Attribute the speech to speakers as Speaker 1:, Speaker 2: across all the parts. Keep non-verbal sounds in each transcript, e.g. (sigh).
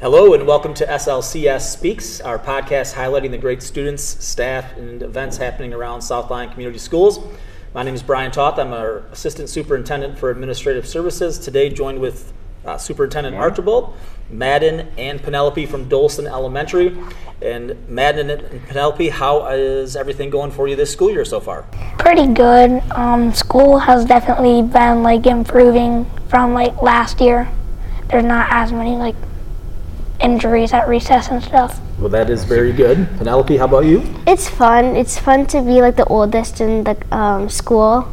Speaker 1: Hello and welcome to SLCS Speaks, our podcast highlighting the great students, staff, and events happening around South Lyon Community Schools. My name is Brian Toth. I'm our Assistant Superintendent for Administrative Services. Today, joined with uh, Superintendent Archibald, Madden, and Penelope from Dolson Elementary. And Madden and Penelope, how is everything going for you this school year so far?
Speaker 2: pretty good. Um, school has definitely been like improving from like last year. There's not as many like injuries at recess and stuff.
Speaker 1: Well, that is very good. Penelope, how about you?
Speaker 3: It's fun. It's fun to be like the oldest in the um, school.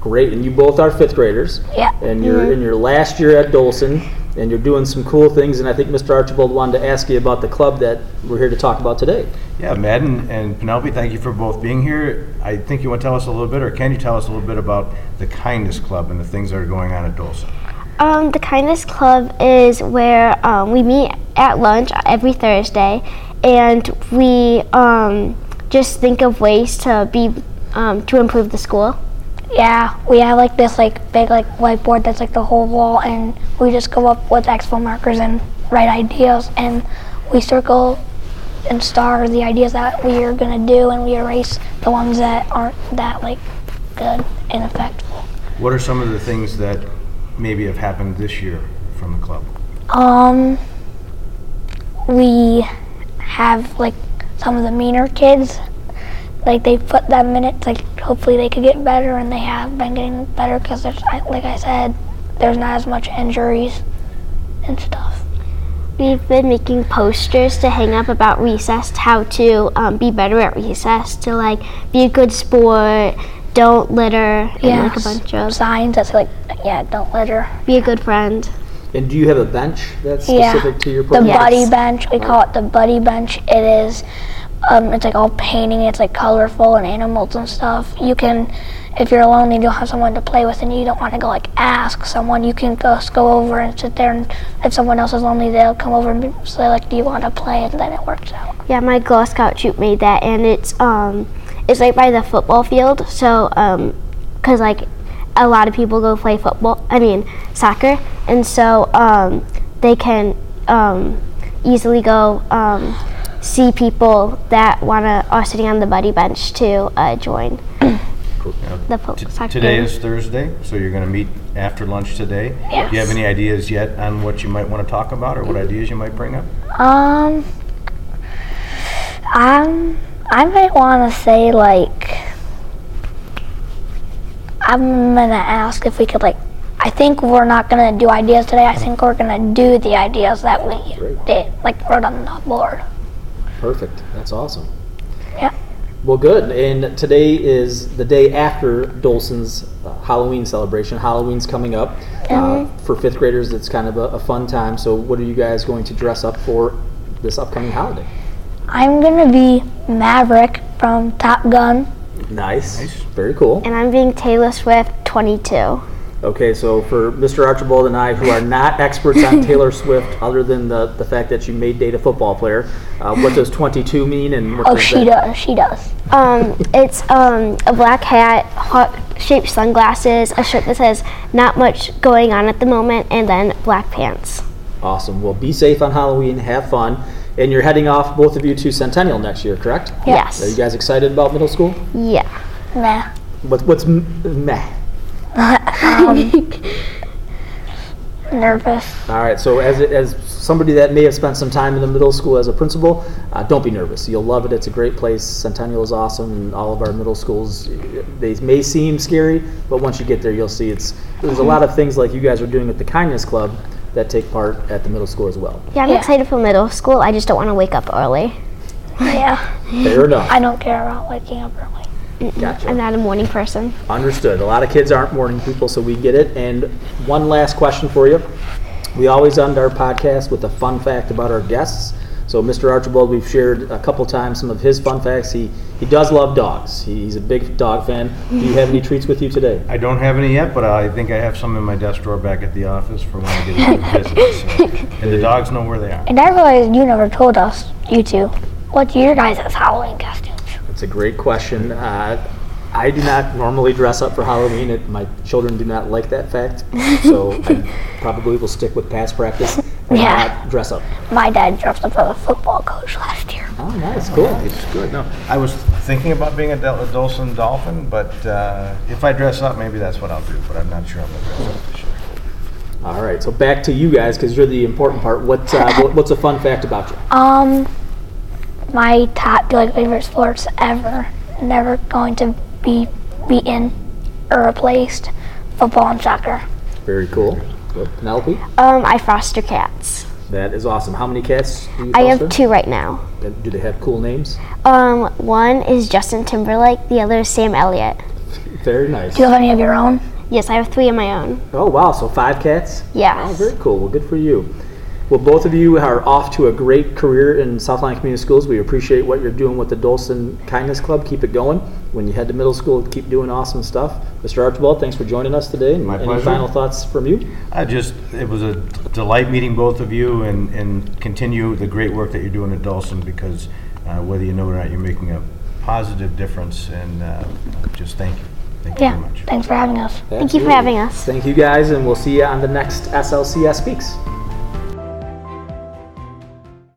Speaker 1: Great, and you both are fifth graders.
Speaker 2: Yeah.
Speaker 1: And you're in your last year at Dolson, and you're doing some cool things. And I think Mr. Archibald wanted to ask you about the club that we're here to talk about today.
Speaker 4: Yeah, Madden and Penelope, thank you for both being here. I think you want to tell us a little bit, or can you tell us a little bit about the Kindness Club and the things that are going on at Dolson?
Speaker 3: Um, the Kindness Club is where um, we meet at lunch every Thursday, and we um, just think of ways to be um, to improve the school.
Speaker 2: Yeah, we have like this like big like whiteboard that's like the whole wall, and we just go up with expo markers and write ideas, and we circle and star the ideas that we are gonna do, and we erase the ones that aren't that like good and effective.
Speaker 4: What are some of the things that maybe have happened this year from the club?
Speaker 2: Um, we have like some of the meaner kids. Like they put them in it. Like hopefully they could get better, and they have been getting better because there's, I- like I said, there's not as much injuries and stuff.
Speaker 3: We've been making posters to hang up about recess, how to um, be better at recess, to like be a good sport, don't litter, and like a
Speaker 2: Yes.
Speaker 3: bunch of
Speaker 2: Signs that say like, yeah, don't litter.
Speaker 3: be a good friend.
Speaker 1: And do you have a bench that's
Speaker 2: Yeah.
Speaker 1: specific to your
Speaker 2: The
Speaker 1: program?
Speaker 2: buddy bench. We call it the buddy bench. It is, um, it's like all painting. It's like colorful and animals and stuff. You can, if you're alone and you don't have someone to play with and you don't want to go like ask someone, you can just go over and sit there. And if someone else is lonely, they'll come over and be- say like, "Do you want to play?" And then it works out.
Speaker 3: Yeah, my Girl Scout troop made that, and it's um, it's right by the football field. So um, cause like a lot of people go play football. I mean soccer, and so um, they can um, easily go um, see people that wanna are sitting on the buddy bench to uh, join the fo-
Speaker 4: T-
Speaker 3: soccer.
Speaker 4: Today
Speaker 3: game.
Speaker 4: is Thursday, so you're going to meet after lunch today. Do you have any ideas yet on what you might want to talk about, or what ideas you might bring up?
Speaker 2: Um, I'm, I might want to say like, I'm gonna ask if we could like, I think we're not gonna do ideas today. I think we're gonna do the ideas that we
Speaker 1: Great.
Speaker 2: did, like wrote on the board.
Speaker 1: Perfect. That's awesome.
Speaker 2: Yeah.
Speaker 1: Well, good. And today is the day after Dolson's uh, Halloween celebration. Halloween's coming up.
Speaker 2: Uh-huh.
Speaker 1: Uh, for fifth graders, it's kind of a, a fun time. So, what are you guys going to dress up for this upcoming holiday?
Speaker 2: I'm gonna be Maverick from Top Gun.
Speaker 1: Nice.
Speaker 4: Nice.
Speaker 1: Very cool.
Speaker 3: and I'm being Taylor Swift, 22.
Speaker 1: Okay, so for Mr. Archibald and I, who are not experts on Taylor Swift, other than the, the fact that you may date a football player, uh, what does 22 mean and what
Speaker 2: Oh,
Speaker 1: does
Speaker 2: she
Speaker 1: that-
Speaker 2: does. She does.
Speaker 3: Um, it's um, a black hat, heart-shaped sunglasses, a shirt that says "Not much going on at the moment," and then black pants.
Speaker 1: Awesome. Well, be safe on Halloween. Have fun. And you're heading off, both of you, to Centennial next year, correct? Are you
Speaker 3: Yes.
Speaker 1: guys excited about middle school?
Speaker 3: Yeah.
Speaker 2: Nah.
Speaker 1: What, what's m- meh?
Speaker 2: Nervous. (laughs)
Speaker 1: All right. So as it, as somebody that may have spent some time in the middle school as a principal, uh, don't be nervous. You'll love it. It's a great place. Centennial is awesome, and all of our middle schools they may seem scary, but once you get there, you'll see it's there's a lot of things like you guys are doing at the Kindness Club that take part at the middle school as well.
Speaker 3: Yeah, I'm excited for middle school. I just don't want to wake up early.
Speaker 2: Yeah.
Speaker 1: Fair enough.
Speaker 2: I don't care about waking up early.
Speaker 3: I'm
Speaker 1: Gotcha.
Speaker 3: not a morning person.
Speaker 1: Understood. A lot of kids aren't morning people, so we get it. And one last question for you. We always end our podcast with a fun fact about our guests. So, Mr. Archibald, we've shared a couple times some of his fun facts. He he does love dogs. He- He's a big dog fan. Do you have any treats with you today?
Speaker 4: I don't have any yet, but I think I have some in my desk drawer back at the office for when I get a visit. so- And the dogs know where they are.
Speaker 2: And I realized you never told us, you two, what's your guys' Halloween costumes?
Speaker 1: That's a great question. Uh, I do not normally dress up for Halloween. (laughs) It, my children do not like that fact, so I probably will stick with past practice. or
Speaker 2: Yeah.
Speaker 1: not dress up.
Speaker 2: My dad dressed up as a football coach last year.
Speaker 1: Oh, nice, cool.
Speaker 4: It's good. No, I was thinking about being a Dol- a Dolson Dolphin, but uh, if I dress up, maybe that's what I'll do. But I'm not sure I'm gonna dress up this year.
Speaker 1: All right, so back to you guys because you're the important part. What, uh, what what's a fun fact about you?
Speaker 2: Um, my top like favorite sports ever, never going to be beaten or replaced, football and soccer.
Speaker 1: Very cool. Good. Penelope,
Speaker 3: Um, I foster cats.
Speaker 1: that is awesome. How many cats do you
Speaker 3: I
Speaker 1: foster?
Speaker 3: have two right now.
Speaker 1: And Do they have cool names?
Speaker 3: Um, one is Justin Timberlake. The other is Sam Elliott.
Speaker 1: Very nice.
Speaker 2: Do you have any of your own?
Speaker 3: Yes, I have three of my own.
Speaker 1: Oh wow, so five cats? Oh,
Speaker 3: Yes.
Speaker 1: very cool. Well, good for you. Well, both of you are off to a great career in South Lyon Community Schools. We appreciate what you're doing with the Dolson Kindness Club. Keep it going. When you head to middle school, keep doing awesome stuff. Mr. Archibald, thanks for joining us today.
Speaker 4: My
Speaker 1: Any
Speaker 4: pleasure.
Speaker 1: final thoughts from you?
Speaker 4: I just, it was a delight meeting both of you and, and continue the great work that you're doing at Dawson because uh, whether you know it or not, you're making a positive difference and uh, just thank you. Thank you
Speaker 2: Yeah.
Speaker 4: very much.
Speaker 2: Thanks for having us.
Speaker 3: Thank you for having us.
Speaker 1: Thank you guys, and we'll see you on the next SLCS Speaks.